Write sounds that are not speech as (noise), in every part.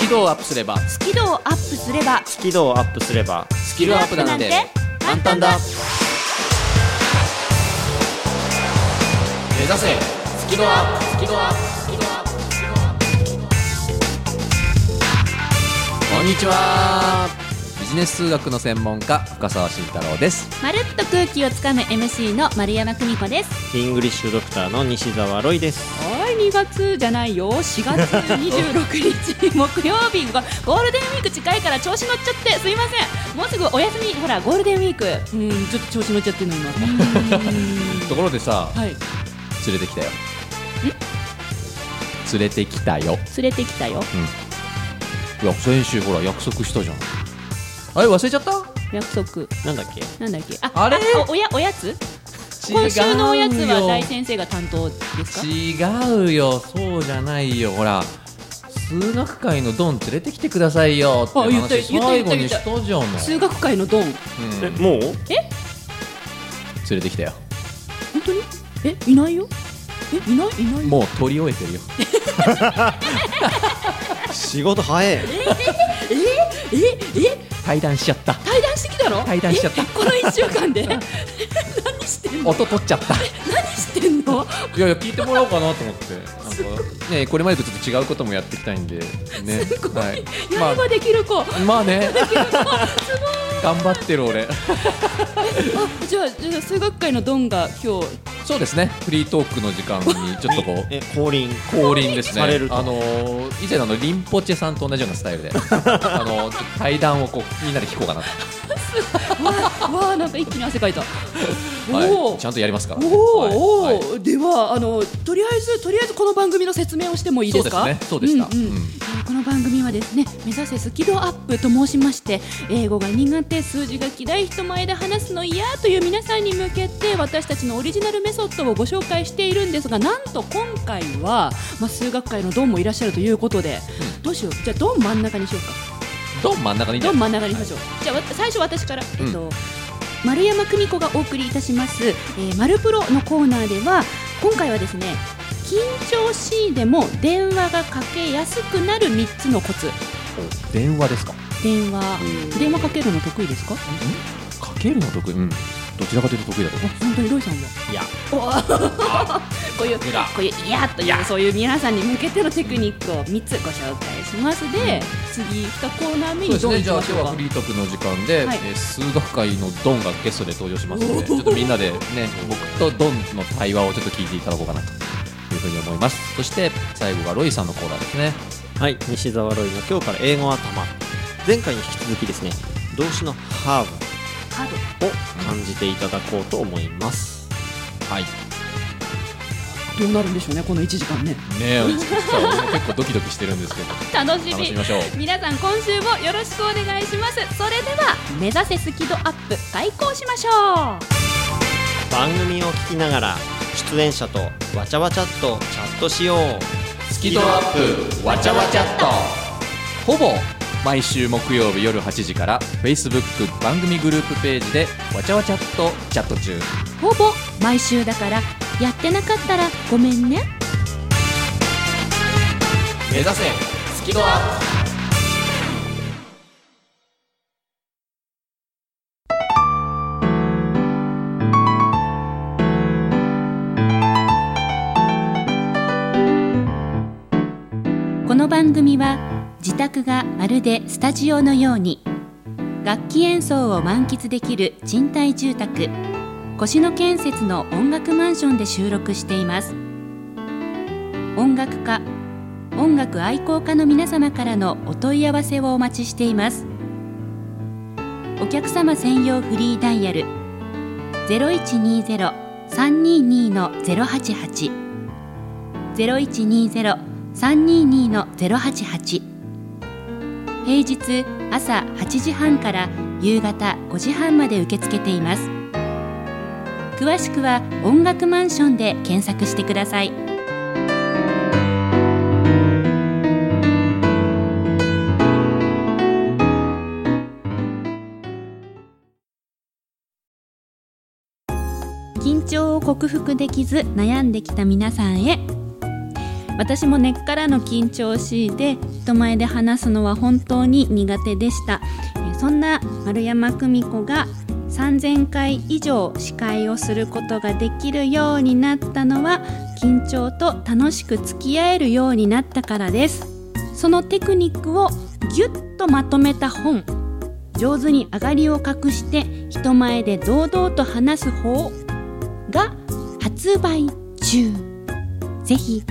キ度をアップすればスキルをアップすればスキルをアップすればスキルアップなんて簡単だ目指せスキルアップスキルアップスキルアップスキルアップこんにちはビジネス数学の専門家深澤慎太郎ですまるっと空気をつかむ MC の丸山久美子ですイングリッシュドクターの西澤ロイですはい2月じゃないよ4月26日木曜日がゴールデンウィーク近いから調子乗っちゃってすいませんもうすぐお休みほらゴールデンウィークうんちょっと調子乗っちゃってるの今ところでさはい連れてきたよ連れてきたよ連れてきたよいや先週ほら約束したじゃんあれ忘れちゃった約束なんだっけなんだっけああれおおやおやつ今週のおやつは大先生が担当ですか違うよそうじゃないよほら数学界のドン連れてきてくださいよってあ言った話言った言最った後にしたじゃない数学界のドンうんえ連もうれてきたよ本当にえいないよえいないいないもう取り終えてるよ仕事早いえええ対談しちゃった対談してきたの対談しちゃったえこの1週 (laughs) 間で何してんの音取っちゃった何してんのいやいや聞いてもらおうかなと思ってなんかねこれまでとちょっと違うこともやっていきたいんでねすごいはいやればできる子、まあまあね頑張ってる俺あじゃあじゃあ数学界のドンが今日そうですねフリートークの時間にちょっとこうえ降臨降臨ですね。されるとあのー以前あのリンポチェさんと同じようなスタイル (laughs) で、あのー対談をこうみんなで聞こうかなと。わあわあなんか一気に汗かいた、(laughs) おはおい。ちゃんとやりますから。おお、はいはいおおではあのとりあえずとりあえずこの番組の説明をしてもいいですか。そうですねそうでしたんんうんえーこの番組はですね目指せスキルアップと申しまして英語が苦手数字が嫌い人前で話すの嫌という皆さんに向けて私たちのオリジナルメソッドをご紹介しているんですがなんと今回はまあ数学界のドンもいらっしゃるということで、どうしようじゃあドン真ん中にしようか。ドン真ん中に。どん真ん中にしましょう。じゃあわ最初私から、うんえっと丸山久美子がお送りいたします、えー、マルプロのコーナーでは今回はですね緊張しいでも電話がかけやすくなる三つのコツ。お電話ですか。電話電話かけるの得意ですか？かけるの得意。うん。どちらかというと得意だと思う。あ本当にロイさんは。いや。(laughs) おーこういうこ無駄ういういやというそういう皆さんに向けてのテクニックを三つご紹介しますで、次二コーナー目そうですにどうね。いきじゃあ今まし日ょうはかフ。リートークの時間で、はいえー数学界のドンがゲストで登場しますので、ちょっとみんなでね僕とドンの対話をちょっと聞いていただこうかなというふうに思います。そして最後がロイさんのコーナーですね。はい西澤ロイの今日から英語頭前回に引き続きですね動詞の have カードを感じていただこうと思いますはい。どうなるんでしょうねこの一時間ね。ねえ、ちょっと俺も結構ドキドキしてるんですけど、楽し楽しみみましょう。皆さん今週もよろしくお願いしますそれでは目指せスキドアップ開講しましょう番組を聞きながら出演者とわちゃわちゃっとチャットしようスキドアップわちゃわちゃっとほぼ毎週木曜日夜8時から Facebook 番組グループページでわちゃわちゃっとチャット中ほぼ毎週だからやってなかったらごめんね目指せスキドアッこの番組は自宅がまるでスタジオのように楽器演奏を満喫できる賃貸住宅越野建設の音楽マンションで収録しています音楽家音楽愛好家の皆様からのお問い合わせをお待ちしていますお客様専用フリーダイヤル0120-322-088 0120-322-088平日朝8時半から夕方5時半まで受け付けています詳しくは音楽マンションで検索してください緊張を克服できず悩んできた皆さんへ私も根っからの緊張しいで人前で話すのは本当に苦手でしたえーそんな丸山久美子が3000回以上司会をすることができるようになったのは緊張と楽しく付き合えるようになったからですそのテクニックをぎゅっとまとめた本上手に上がりを隠して人前で堂々と話す方が発売中ぜひ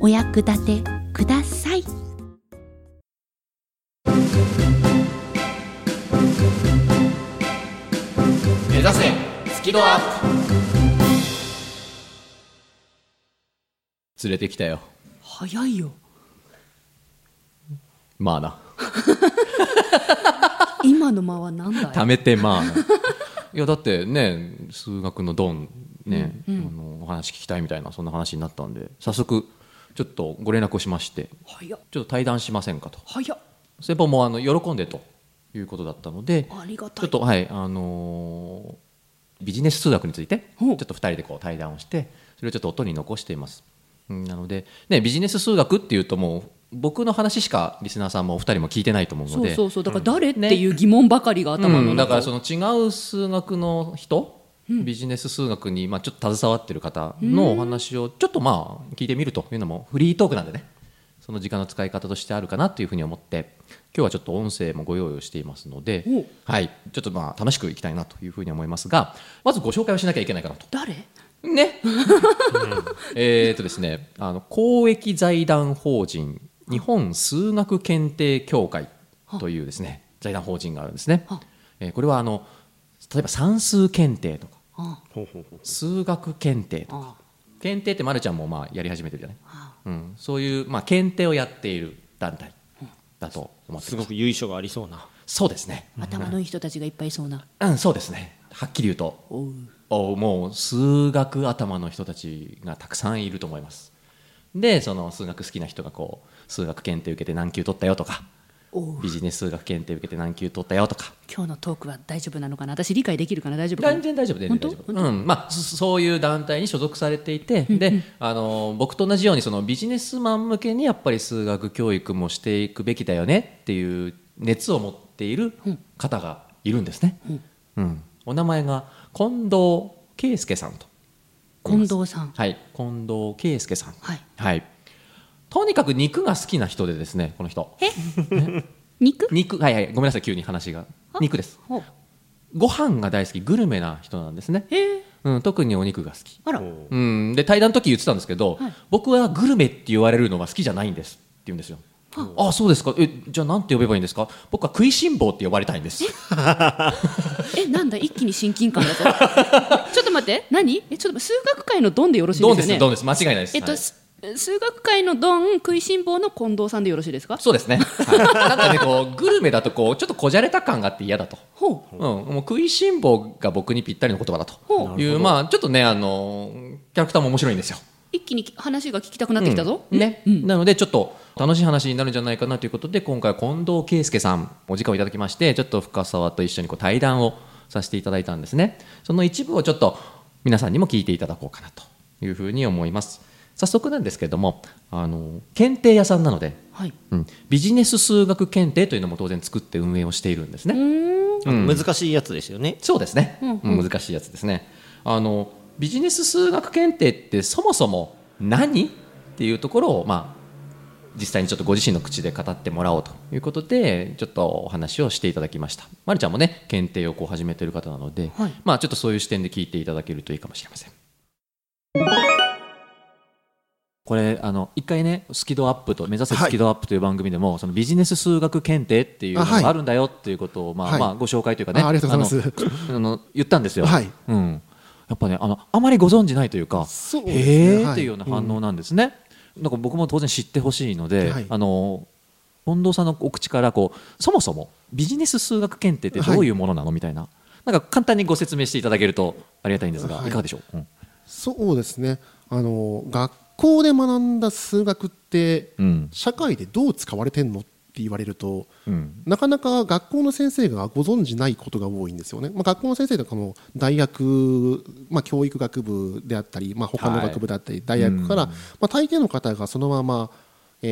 お役立てください目指せスキドアップ連れてきたよ早いよまあな今の間は何だ貯めてま (laughs) あないやだってね数学のドンね、あのお話聞きたいみたいなそんな話になったんで早速ちょっとご連絡をしまして早っちょっと対談しませんかと早っ先方もあの喜んでということだったのでありがちょたっいとはいあのービジネス数学についてちょほっうと2人でこう対談をしてそれをちょっと音に残していますうんなので、ね、ビジネス数学っていうともう僕の話しかリスナーさんもお二人も聞いてないと思うのそうでそうそうだから誰っねていう疑問ばかりが頭うのんだか中らその違う数学の人、ビジネス数学にまあちょっと携わってる方のお話をちょっとまあ聞いてみるというのもフリートークなんでねその時間の使い方としてあるかなというふうに思って今日はちょっと音声もご用意をしていますのでお、はい、ちょっとまあ楽しくいきたいなというふうに思いますがまずご紹介をしなきゃいけないかなと。誰ね、えーっとですねあの公益財団法人日本数学検定協会というですね財団法人があるんですねは、えーこれはあの例えば算数検定とかあほうほうほう数学検定とかあ検定ってまるちゃんもまあやり始めてるじゃない、あうん、そういうまあ検定をやっている団体だと思ってすまごすく由緒がありそうなそうですね頭のいい人たちがいっぱいいそうなうんそうですねはっきり言うとおうおもう数学頭の人たちがたくさんいると思いますでその数学好きな人がこう数学検定受けて何級取ったよとかおうビジネス数学検定受けて何級取ったよとか今日のトークは大丈夫なのかな私理解できるかな大丈夫か全な然大丈夫全然大丈夫、本うんまあ、そそういう団体に所属されていてであの僕と同じようにそのビジネスマン向けにやっぱり数学教育もしていくべきだよねっていう熱を持っている方がいるんですね、うん、お名前が近藤圭介さんと近藤さんはい、近藤圭介さん、はいはい、とにかく肉が好きな人でですねこの人え肉肉はいはいごめんなさい急に話があ肉ですおご飯が大好きグルメな人なんですね、えーうん、特にお肉が好き、あらほううん、で対談の時言ってたんですけど、はい僕はグルメって言われるのは好きじゃないんですって言うんですよあそうですかえじゃあなんて呼べばいいんですか僕は食いしん坊って呼ばれたいんですえなんだ一気に親近感 (laughs) だぞちょっと待って何えちょっと数学界のドンでよろしいどうでですすよねどうです間違いないです、えっと、はいす数学界のドン食いしん坊の近藤さんでよろしいですかそうですね、はい、なんかねこうグルメだとこうちょっとこじゃれた感があって嫌だとほうん、もう食いしん坊が僕にぴったりの言葉だとほいう、まあ、ちょっとね、あのキャラクターも面白いんですよ。う一気に話が聞きたくなってきたぞ、うんね、なので、ちょっと楽しい話になるんじゃないかなということで、今回は近藤圭介さん、お時間をいただきまして、ちょっと深沢と一緒にこう対談をさせていただいたんですね。その一部をちょっと皆さんにも聞いていただこうかなというふうに思います。早速なんですけれども、あの検定屋さんなので、はいうん、ビジネス数学検定というのも当然作って運営をしているんですね。難しいやつですよねそうですね、うんうん難しいやつですねあのビジネス数学検定ってそもそも何っていうところを、まあ、実際にちょっとご自身の口で語ってもらおうということでちょっとお話をしていただきましたまるちゃんもね検定をこう始めてる方なので、はいまあ、ちょっとそういう視点で聞いていただけるといいかもしれませんこれあの一回ねスキドアップと目指せスキドアップという番組でも、そのビジネス数学検定っていうのあはいがあるんだよっていうことを、まあはいまあご紹介というかねあありがとうございますあのあの言ったんですよ、はいうん、やっぱねあのあまりご存じないというかそうですねへえはいっていうような反応なんですね、なんか僕も当然知ってほしいので、はいあの近藤さんのお口からこうそもそもビジネス数学検定ってどういうものなの、みたいななんか簡単にご説明していただけるとありがたいんですが、はいい、かがでしょう、うんそうですねあの学校で学んだ数学って、うん社会でどう使われてんのっ言われると、うんなかなか学校の先生がご存じないことが多いんですよね、まあ、学校の先生とかも大学、まあ、教育学部であったり、まあ、他の学部であったり、大学から、まあ、大抵の方がそのまま、えー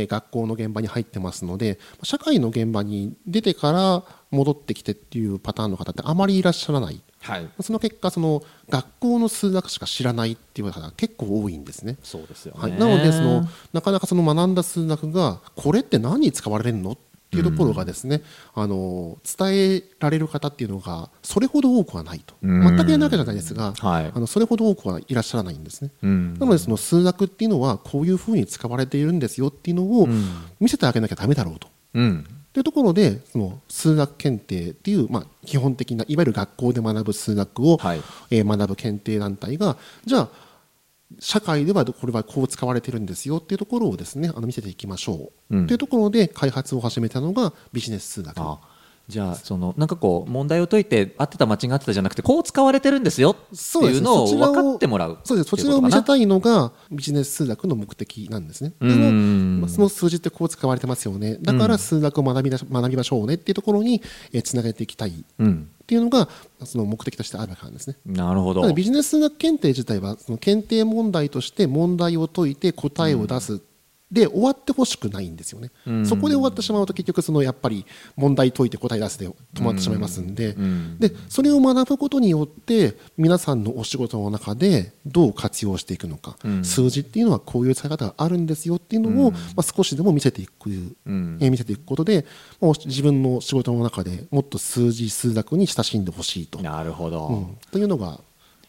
学校の現場に入ってますので社会の現場に出てから戻ってきてっていうパターンの方ってあまりいらっしゃらないはいその結果その学校の数学しか知らないっていう方が結構多いんですね。そうですよね、はい、なのでそのなかなかその学んだ数学がこれって何に使われるのっていうところがですね、あの伝えられる方っていうのがそれほど多くはないとうん全くいないわけじゃないですが、はいあのそれほど多くはいらっしゃらないんですね。うんなのでその数学っていうのはこういうふうに使われているんですよっていうのをん見せてあげなきゃダメだろうと。うんというところでその数学検定っていう、まあ、基本的ないわゆる学校で学ぶ数学を、はいえー学ぶ検定団体がじゃあ社会ではこれはこう使われてるんですよっていうところをですねあの見せていきましょう、うんっていうところで開発を始めたのがビジネス数学あじゃあそのなんかこう問題を解いて合ってた間違ってたじゃなくてこう使われてるんですよってそういですうねのをそちら分かってもらうそうですそってちいらをこと見かせなたいのがビジネス数学の目的なんですね。でうもんまあその数字ってこう使われてますよねだから数学を学びなし学びましょうねっていうところにつなげていきたいっうんていうのがその目的としてあるわけなんですね。なるほたどだビジネス数学検定自体はその検定問題として問題を解いて答えを出す、で終わってほしくないんですよね、うんそこで終わってしまうと結局そのやっぱり問題解いて答え出すで止まってしまいますんで,、んでそれを学ぶことによって皆さんのお仕事の中でどう活用していくのか、ん数字っていうのはこういう使い方があるんですよっていうのを、まあ、少しでも見せていく、んえー見せていくことでもう自分の仕事の中でもっと数字数学に親しんでほしいと。なるほど、うん、というのが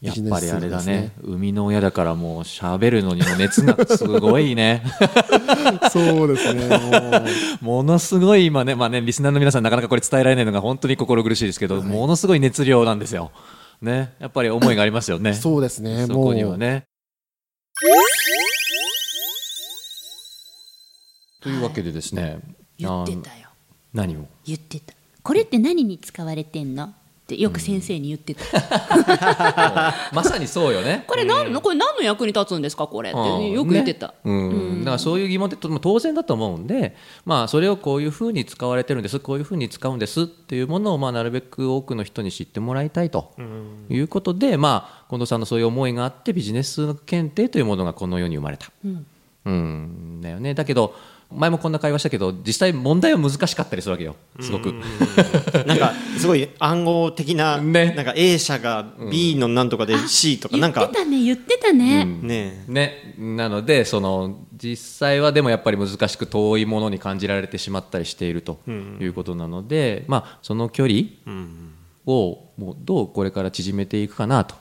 ビやっジネぱスりあれだですね生みの親だからもう喋るのにも熱がすごいね (laughs) そうですね。ももうのすごい今ね,、まあ、ねリスナーの皆さんなかなかこれ伝えられないのが本当に心苦しいですけど、ものすごい熱量なんですよ、ね、やっぱり思いがありますよね (laughs) そうですね。そもこうにはねというわけでですね、言ってたよ何を言ってたこれって何に使われてんのってよく先生に言ってた、 (laughs) まさにそうよねこれ何のこれ何の役に立つんですかこれってよく言ってた、うんだからそういう疑問ってとても当然だと思うんで、まあ、それをこういうふうに使われてるんですこういうふうに使うんですっていうものをまあなるべく多くの人に知ってもらいたいということで、まあ、近藤さんのそういう思いがあってビジネス検定というものがこの世に生まれた。うんうんだよねだけど前もこんな会話したけど実際問題は難しかったりするわけよすごく。なんかすごい暗号的な、ねなんか A 社が B のなんとかで C とか、言なんってかたね言ってたね、ねね、なのでその実際はでもやっぱり難しく遠いものに感じられてしまったりしているということなので、まあ、その距離をもうどうこれから縮めていくかなと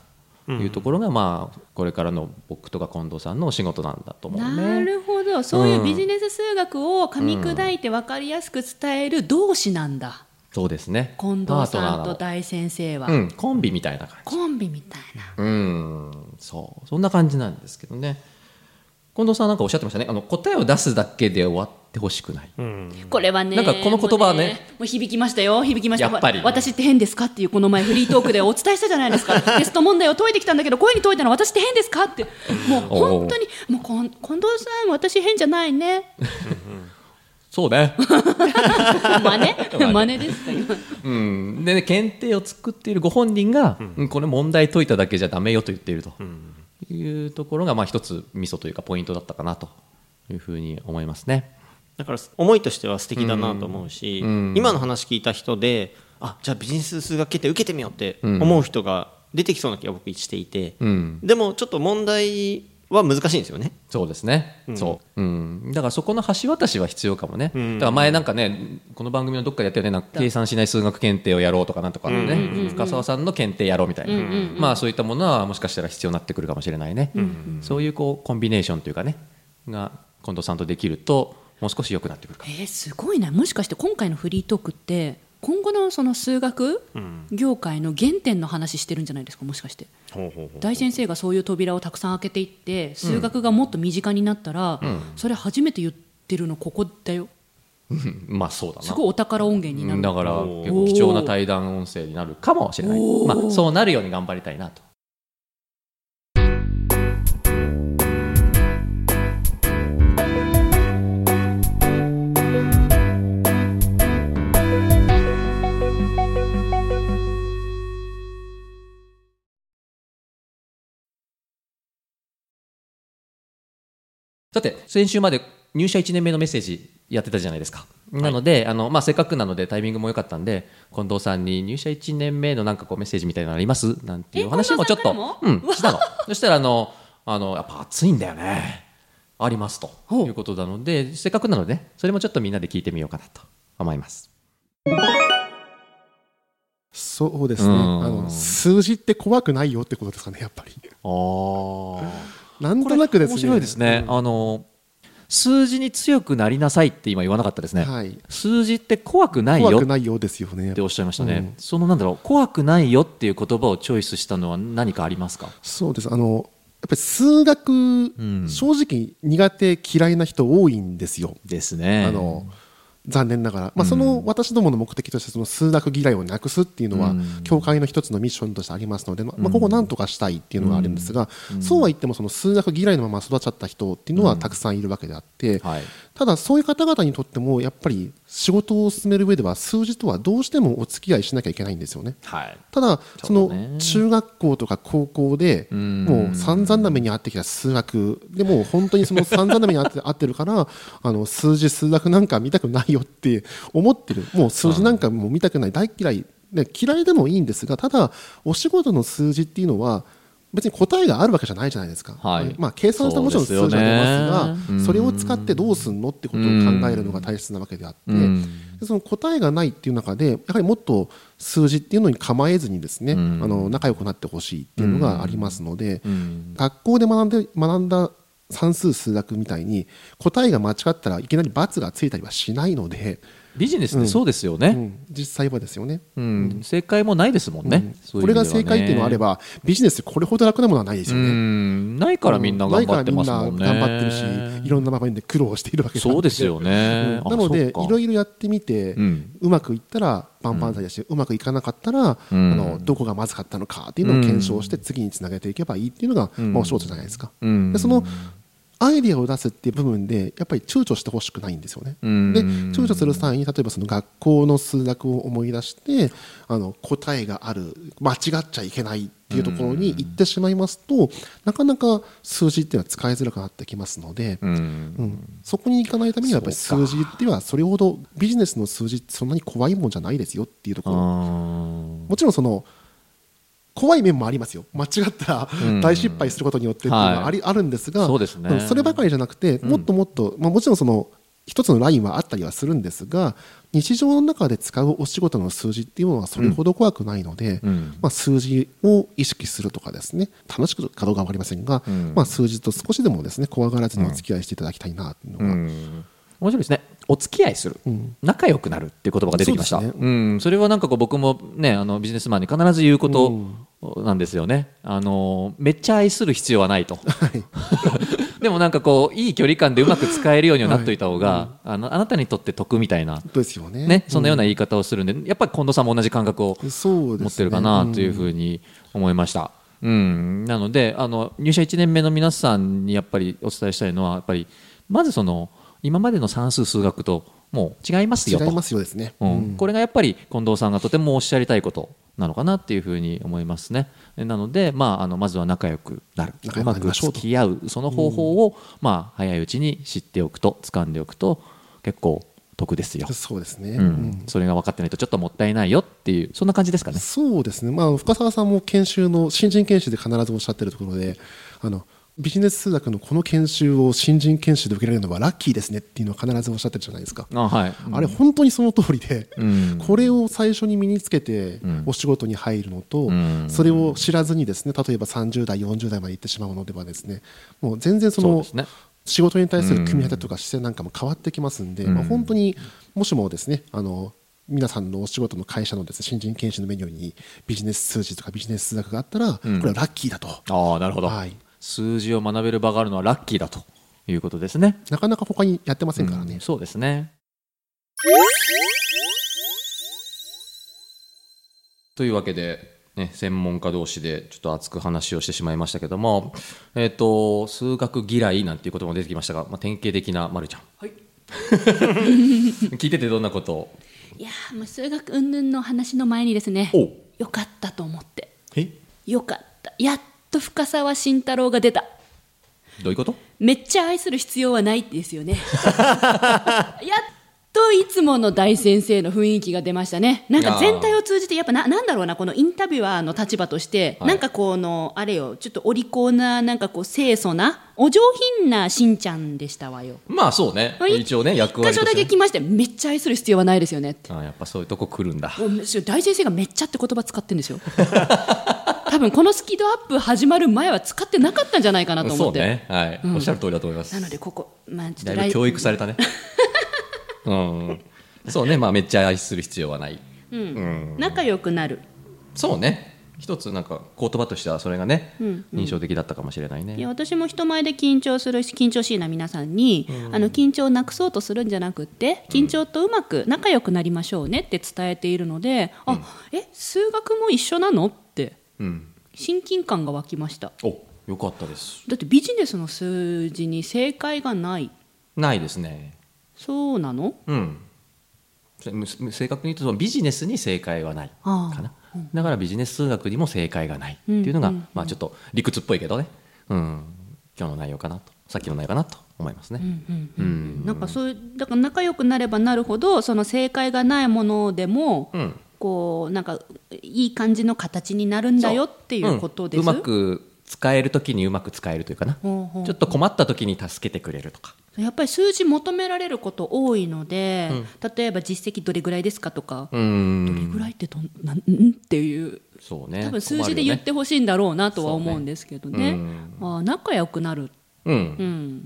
いうところが、まあ、これからの僕とか近藤さんのお仕事なんだと思うなね。るほどそういううんビジネス数学を噛み砕いて分かりやすく伝える同志なんだそうですね近藤さんパーとトナ大先生は、ーのうん、コンビみたいな感じコンビみたいなうんそうそんな感じなんですけどね近藤さんなんかおっしゃってましたねあの答えを出すだけで終わってほしくないこれはねなんかこの言葉はねもうもう響きましたよ響きましたやっぱり私って変ですかっていうこの前フリートークでお伝えしたじゃないで (laughs) すかテスト問題を解いてきたんだけどこういうふうに解いたの私って変ですかってもう本当にもうこん近藤さん私変じゃない (laughs) ねそうね真似真似真似ですか今うん、で、ね、検定を作っているご本人が、うんこれ問題解いただけじゃダメよと言っていると、いうところが、まあ、一つミソというかポイントだったかなというふうに思いますね。だから思いとしては素敵だなと思うし、うん今の話聞いた人であじゃあビジネス数学検定受けてみようって思う人が出てきそうな気が僕していて、うん、でもちょっと問題は難しいんですよねそうですね、うんそう、うん、だからそこの橋渡しは必要かもね、んだから前なんかねこの番組のどっかでやったよねなんか計算しない数学検定をやろうとかなんとかね、深澤さんの検定やろうみたいな、まあそういったものはもしかしたら必要になってくるかもしれないね、そういうこうコンビネーションというかねが近藤さんとできるともう少し良くなってくるかもえー、すごいなもしかして今回のフリートークって今後のその数学業界の原点の話してるんじゃないですかもしかして大先生がそういう扉をたくさん開けていって数学がもっと身近になったら、それ初めて言ってるのここだよまあそうだなすごいお宝音源になうるんだからおー結構貴重な対談音声になるかもしれないお、まーあ、そうなるように頑張りたいなと。だって先週まで入社1年目のメッセージやってたじゃないですか。なので、あのまあ、せっかくなのでタイミングも良かったんで近藤さんに入社1年目のなんかこうメッセージみたいなのありますなんていうお話もちょっえと近藤さんうん、したのそしたらあのあのやっぱ暑いんだよねありますということなのでせっかくなので、ね、それもちょっとみんなで聞いてみようかなと思います。そうですねうあんの数字って怖くないよってことですかねやっぱりあなんとなくですね面白いですね、あの数字に強くなりなさいって今言わなかったですうね、んはい数字って怖くないよ怖っくないようですよねておっしゃいましたね、うんそのなんだろう怖くないよっていう言葉をチョイスしたのは何かありますかそうですあのやっぱり数学、ん正直苦手嫌いな人多いんですよですねあの残念ながら、まあ、その私どもの目的としてその数学嫌いをなくすっていうのはうん教会の一つのミッションとしてありますので、まあ、ここをなんとかしたいっていうのがあるんですが、そうは言ってもその数学嫌いのまま育っちゃった人っていうのはたくさんいるわけであって、はいただそういう方々にとってもやっぱり仕事を進める上では数字とはどうしてもお付き合いしなきゃいけないんですよね。はいただそそうだねの中学校とか高校でうんもう散々な目に遭ってきた数学でもう本当にその散々な目に遭って遭って (laughs) るからあの数字数学なんか見たくないよって思ってるもう数字なんかもう見たくない大嫌いで嫌いでもいいんですがただお仕事の数字っていうのは別に答えがあるわけじゃないじゃないですか、はいまあ、計算したもちろん数字は出そうまですすよがねそれを使ってどうすんのってことを考えるのが大切なわけであって、うんでその答えがないっていう中でやはりもっと数字っていうのに構えずにですね、うんあの仲良くなってほしいっていうのがありますので、うん学校で学んで学んだ算数数学みたいに答えが間違ったらいきなり罰がついたりはしないので、ビジネスっうてんそうですようね、ん実際はですよね。うん正解もないですもんね、うんそういこう意れが味ではね正解っていうのがあればビジネスでこれほど楽なものはないですうよね。んないからみんな頑張ってますもんねだからみんな頑張ってるしいろんな場面で苦労しているわけなんそうですよね、うんなのでいろいいろやってみて、ううんまくいったら万々歳だし、うまくいかなかったら、うんあのどこがまずかったのかっていうのを検証して次につなげていけばいいっていうのが、んまあ、お仕事じゃないですか、うんでそのアイデアを出すっていう部分でやっぱり躊躇してほしくないんですよね、うんで躊躇する際に例えばその学校の数学を思い出してあの答えがある間違っちゃいけないっていうところに行ってしまいますとなかなか数字っていうのは使いづらくなってきますので、うんうん、そこに行かないためにはやっぱりそうか数字っていうのはそれほどビジネスの数字ってそんなに怖いもんじゃないですよっていうところあもちろんその怖い面もありますよ間違ったらん大失敗することによってっていうのはあり、あるんですがそうですねんそればかりじゃなくてもっともっと、まあ、もちろんその一つのラインはあったりはするんですが日常の中で使うお仕事の数字っていうものはそれほど怖くないので、うんまあ、数字を意識するとかですね楽しくかどうかは分かりませんが、うんまあ、数字と少しでもですね怖がらずにお付き合いしていただきたいなっていうのが、うん面白いですねお付き合いする、ん仲良くなるっていう言葉が出てきましたそうそ,、ですねん、それはなんかこう僕も、ね、あのビジネスマンに必ず言うこうとなんですよね、あのめっちゃ愛する必要は (laughs) ないと、 (laughs) でもなんかこういい距離感でうまく使えるようにはなっといた方が、あのあなたにとって得みたいな、ですよね。ね、そんなようなう言い方をするんで、やっぱり近藤さんも同じ感覚をんそうですね持ってるかなというふうんうに思いました。うん、なのであの入社1年目の皆さんにやっぱりお伝えしたいのはやっぱりまずその今までの算数数学ともう違いますよと違いますよですね。うんうんこれがやっぱり近藤さんがとてもおっしゃりたいことなのかなっていうふうに思いますね。えなので、まあ、あのまずは仲良くなる仲う良くまなりくましょう付とき合うその方法を、まあ、早いうちに知っておくと掴んでおくと結構得ですよ、そうですね。うんうんそれが分かってないとちょっともったいないよっていうそんな感じですかね。そうですね、まあ、深澤さんも研修の新人研修で必ずおっしゃってるところであのビジネス数学のこの研修を新人研修で受けられるのはラッキーですねっていうのは必ずおっしゃってるじゃないですか、あはい、あれ本当にその通りで、うんこれを最初に身につけてんお仕事に入るのと、うんそれを知らずにですね例えば30代40代まで行ってしまうのではですねもう全然そそうのですね仕事に対する組み立てとか姿勢なんかも変わってきますんで、んまあ、本当にもしもですねあの皆さんのお仕事の会社のです、ね、新人研修のメニューにビジネス数字とかビジネス数学があったら、んこれはラッキーだとああなるほど、はい数字を学べる場があるのはラッキーだということですね。なかなか他にやってませんからね、そうですね。というわけで、ね、専門家同士でちょっと熱く話をしてしまいましたけども、えっと数学嫌いなんていうことも出てきましたが、まあ、典型的なまるちゃん。 (laughs) 聞いててどんなことをいやーもう数学云々の話の前にですねおよかったと思ってえよかったやっと深沢慎太郎が出たどういうことめっちゃ愛する必要はないですよね (laughs) やっといつもの大先生の雰囲気が出ましたねなんか全体を通じてやっぱななんだろうなこのインタビュアーの立場として、はいなんかこのあれよちょっとお利口ななんかこう清楚なお上品なしんちゃんでしたわよまあそうねはい一応ね役箇割所とだしけて、ね、来ましてめっちゃ愛する必要はないですよねってあやっぱそういうとこ来るんだもうむしろ大先生がめっちゃって言葉使ってる (laughs) んですよ多分このスキードアップ始まる前は使ってなかったんじゃないかなと思そっうて、ねはい、おっしゃる通りだと思いますなのでここまあちょだっといぶ教育された (laughs) ねうんそうねまあめっちゃ愛する必要はない仲良くなるそうね一つなんか言葉としてはそれがね、印象的だったかもしれないねいや私も人前で緊張するし緊張しいな皆さんに、あの緊張をなくそうとするんじゃなくって緊張とうまく仲良くなりましょうねって伝えているので、あえ数学も一緒なのってうん親近感が湧きましたおよかったですだってビジネスの数字に正解がないないですねそうなのうんせむむ正確に言うとそのビジネスに正解はないかああなだからビジネス数学にも正解がないっていうのが、まあ、ちょっと理屈っぽいけどね、うん、今日の内容かなとさっきの内容かなと思いますね、うんなんかそういうだから仲良くなればなるほどその正解がないものでも、うんこうなんかいい感じの形になるんだよっていうことです。んうまく使えるときにうまく使えるというかなちほうほょうっと困ったときに助けてくれるとかやっぱり数字求められること多いので、例えば実績どれぐらいですかとか、うどれぐんらいってどんなんんっていうそうね多分数字で言ってほしいんだろうなとは困るよね思うんですけどねそうああ仲良くなる、困るよねううん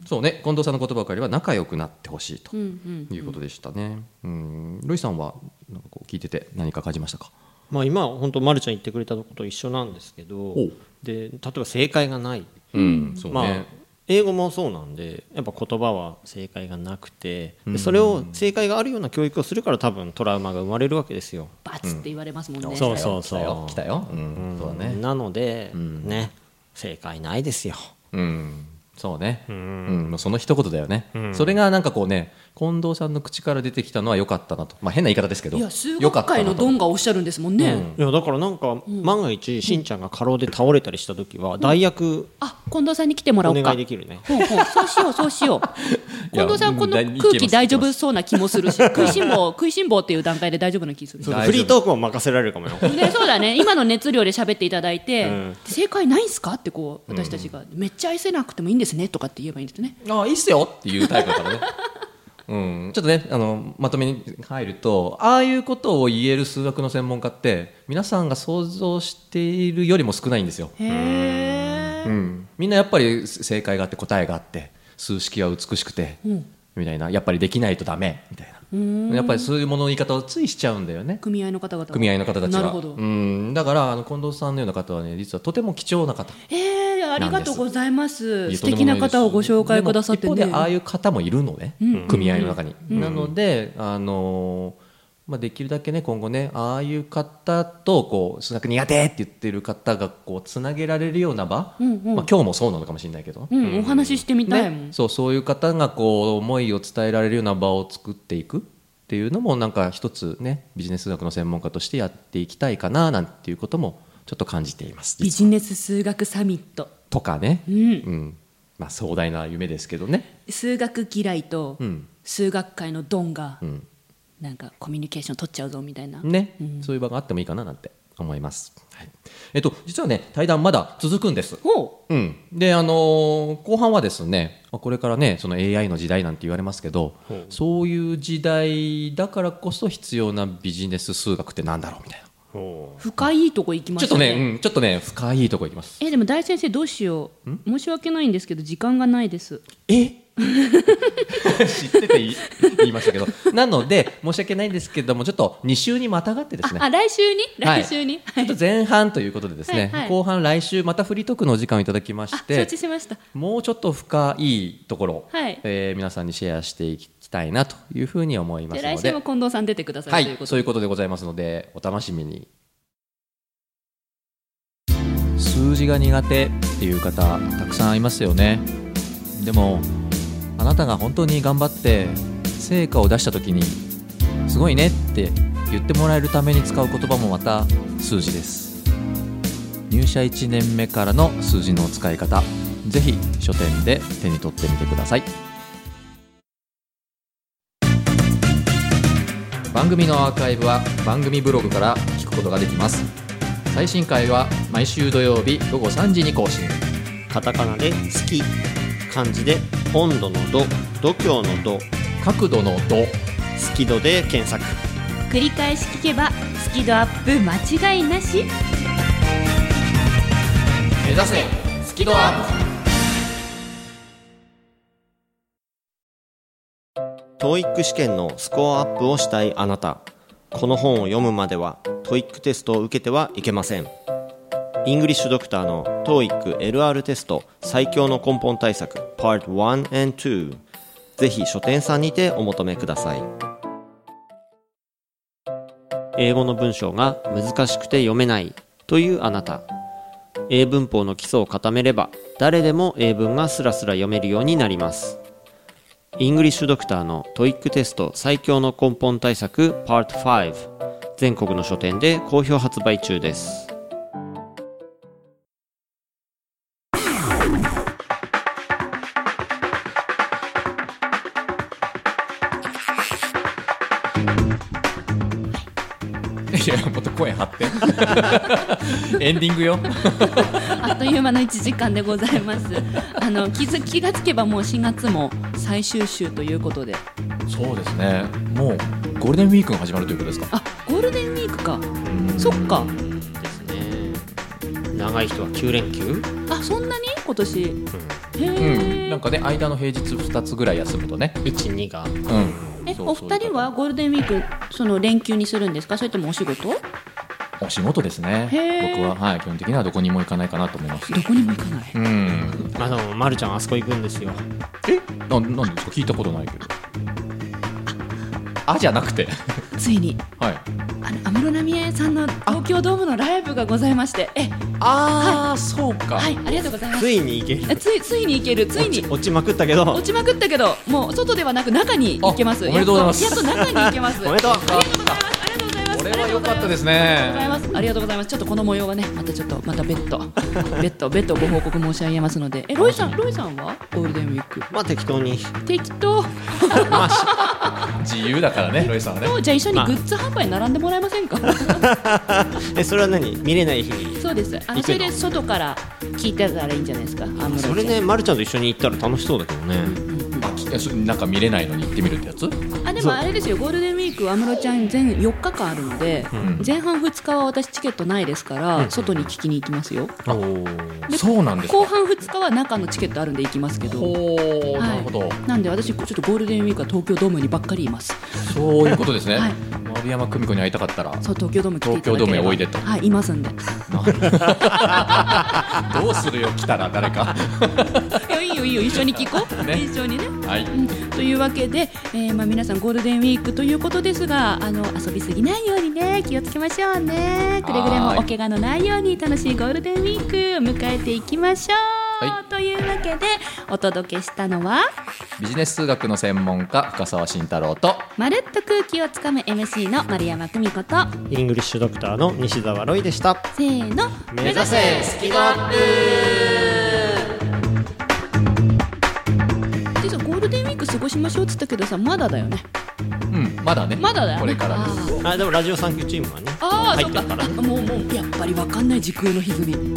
んそうね近藤さんの言葉を借りれば仲良くなってほしいとうんうん、いうことでしたねうんロイさんはなんかこう聞いてて何か感じましたかまあ、今本当まるちゃん言ってくれたことと一緒なんですけどおうで例えば正解がない、うんそうまあね、英語もそうなんでやっぱ言葉は正解がなくてでそれを正解があるような教育をするから多分トラウマが生まれるわけですよ。バツって言われますもんね、そうそう来たよ来たようんそうだねなので、ね正解ないですよ。うんそうね、うんもうその一言だよね、それがなんかこうね近藤さんの口から出てきたのは良かったなと、まあ、変な言い方ですけどいや数良かったな学界とのドンがおっしゃるんですもんね、いやだからなんか万が一しんちゃんが過労で倒れたりした時は代役あ近藤さんに来てもらおおうか願いできるね。ほうほうそうしようそうしよういや近藤さんこのうん空気大丈いけ夫まそうな気もするし食いしん坊食いしん坊っていう段階で大丈夫な気する大丈夫フリートークも任せられるか (laughs) もよ。ね、そうだ (laughs) ね今の熱量で喋っていただいて、うん正解ないんすかってこう私たちが、めっちゃ愛せなくてもいいんですねとかって言えばいいんですねああいいっすよっていうタイプだから (laughs) ねうん、ちょっとねあのまとめに入るとああいうことを言える数学の専門家って皆さんが想像しているよりも少ないんですよ、へえ、うん、みんなやっぱり正解があって答えがあって数式は美しくて、みたいなやっぱりできないとダメみたいなやっぱりそういうものの言い方をついしちゃうんだよね組合の方々は組合の方たちはなるほど、うん、だからあの近藤さんのような方はね実はとても貴重な方えー、ありがとうございますいや素敵な方をご紹介とんでもくだいさっていですでも一方ねでああいう方もいるのね、うん組合の中に、なので、あのーまあ、できるだけね今後ねああいう方とこう数学苦手って言ってる方がこうつなげられるような場、うんうんまあ、今日もそうなのかもしれないけど、うん、お話ししてみたいもん、ね、そうそういう方がこう思いを伝えられるような場を作っていくっていうのもなんか一つねビジネス数学の専門家としてやっていきたいかななんていうこともちょっと感じています。ビジネス数学サミット、とかね、うん、うんまあ、壮大な夢ですけどね。数学嫌いとうん数学界のドンが、んなんかコミュニケーション取っちゃうぞみたいな、ね、そういう場があってもいいかななんて思います。はい、えっと実はね対談まだ続くんです。ほうん、であのー後半はですねまあこれからねその AI の時代なんて言われますけどほうそういう時代だからこそ必要なビジネス数学ってなんだろうみたいなう深いとこ行きまちょっしとたね、うん、ちょっとね深いとこいきますえでも大先生どうしよう申し訳ないんですけど時間がないですえ (laughs) 知ってて言い (laughs) 言いましたけどなので申し訳ないんですけどもちょっと2週にまたがってですねああ来週にはい来週に、ちょっと前半ということでですね、はいはい後半来週またフリートークのお時間をいただきまあし承て知しましたもうちょっと深いところ、はいえー皆さんにシェアしていきたいなというふうに思いまじすゃあ来の週でも近藤さん出てください、はといういことそういうことでございますのでお楽しみに数字が苦手っていう方たくさんいますよねでもあなたが本当に頑張って成果を出した時に「すごいね」って言ってもらえるために使う言葉もまた数字です入社1年目からの数字の使い方ぜひ書店で手に取ってみてください番組のアーカイブは番組ブログから聞くことができます最新回は毎週土曜日午後3時に更新カタカナで「好き」漢字で「温度の度」「度胸の度」角度の度「好き度」で検索繰り返し聞けばスキドアップ間違いなし目指せスキドアップ TOEIC 試験のスコアアップをしたいあなたこの本を読むまでは TOEIC テストを受けてはいけませんイングリッシュドクターの TOEICLR テスト最強の根本対策 Part 1 and 2ぜひ書店さんにてお求めください英語の文章が難しくて読めないというあなた英文法の基礎を固めれば誰でも英文がスラスラ読めるようになりますイングリッシュドクターの TOEIC テスト最強の根本対策 Part5 全国の書店で好評発売中ですいやもっと声張って (laughs) エンディングよあっという間の1時間でございますあの気づ気がつけばもう4月も最終週ということでそうですねもうゴールデンウィークが始まるということですかあゴールデンウィークかそっかですね長い人は9連休あそんなに今年へうえ、んなんかね間の平日2つぐらい休むとね12がうんえそうお二人はゴールデンウィークその連休にするんですかそれともお仕事どお仕事ですねへー僕は、はい、基本的にはどこにも行かないかなと思いますこにも行かないうんまあでもまるちゃんあそこ行くんですよえななんですか聞いたことないけどあじゃなくてついにはいあの安室奈美恵さんの東京ドームのライブがございましてえああ、そうかはいありがとうございますついに行けるえついついに行けるついに落ちまくったけど落ちまくったけどもう外ではなく中に行けますあおめでとうございますやっとやっと中に行けますおめでとうありがとうございますこれは良かったですありがとうございねますありがとうございますちょっとこの模様はねまたちょっとまた別途 (laughs) 別途別途ご報告申し上げますのでえロイさんロイさんはゴールデンウィークまあ適当に適当自由だからねロイさんはねとじゃあ一緒にまあグッズ販売並んでもらえませんかえそれは何見れない日にそうですあ行くののそれで外から聞いてたらいいんじゃないですか安室ちゃんそれねまるちゃんと一緒に行ったら楽しそうだけどねあきえそなんか見れないのに行ってみるってやつあでそうもあれですよゴールデンウィークは安室ちゃん全4日間あるので、ん前半2日は私チケットないですから、外に聞きに行きますよおーでそうなんですか後半2日は中のチケットあるんで行きますけどほーはいなるほど、なんで私ちょっとゴールデンウィークは東京ドームにばっかりいますそういうことですね、はい丸山久美子に会いたかったらそう東京ドーム来ていただ東京ければドームへおいでとはいいま (laughs) すんでどうするよ来たら誰 (laughs) かいやいいよいいよ一緒に聞こう、ね一緒にねはいというわけで、えーまあ、皆さんゴールデンウィークということですがあの遊びすぎないようにね気をつけましょうねくれぐれはもーいお怪我のないように楽しいゴールデンウィークを迎えていきましょう、はいというわけでお届けしたのはビジネス数学の専門家深澤慎太郎と「まるっと空気をつかむ MC」の丸山久美子とイングリッシュドクターの西澤ロイでしたせーの目指せスキドアップでさゴールデンウィーク過ごしましょうっつったけどさまだだよねうんまだねまだだよねこれからですあーあでもラジオ産休チームはねああ、入そっってかるからねあもうもうやっぱりわかんない時空の歪み。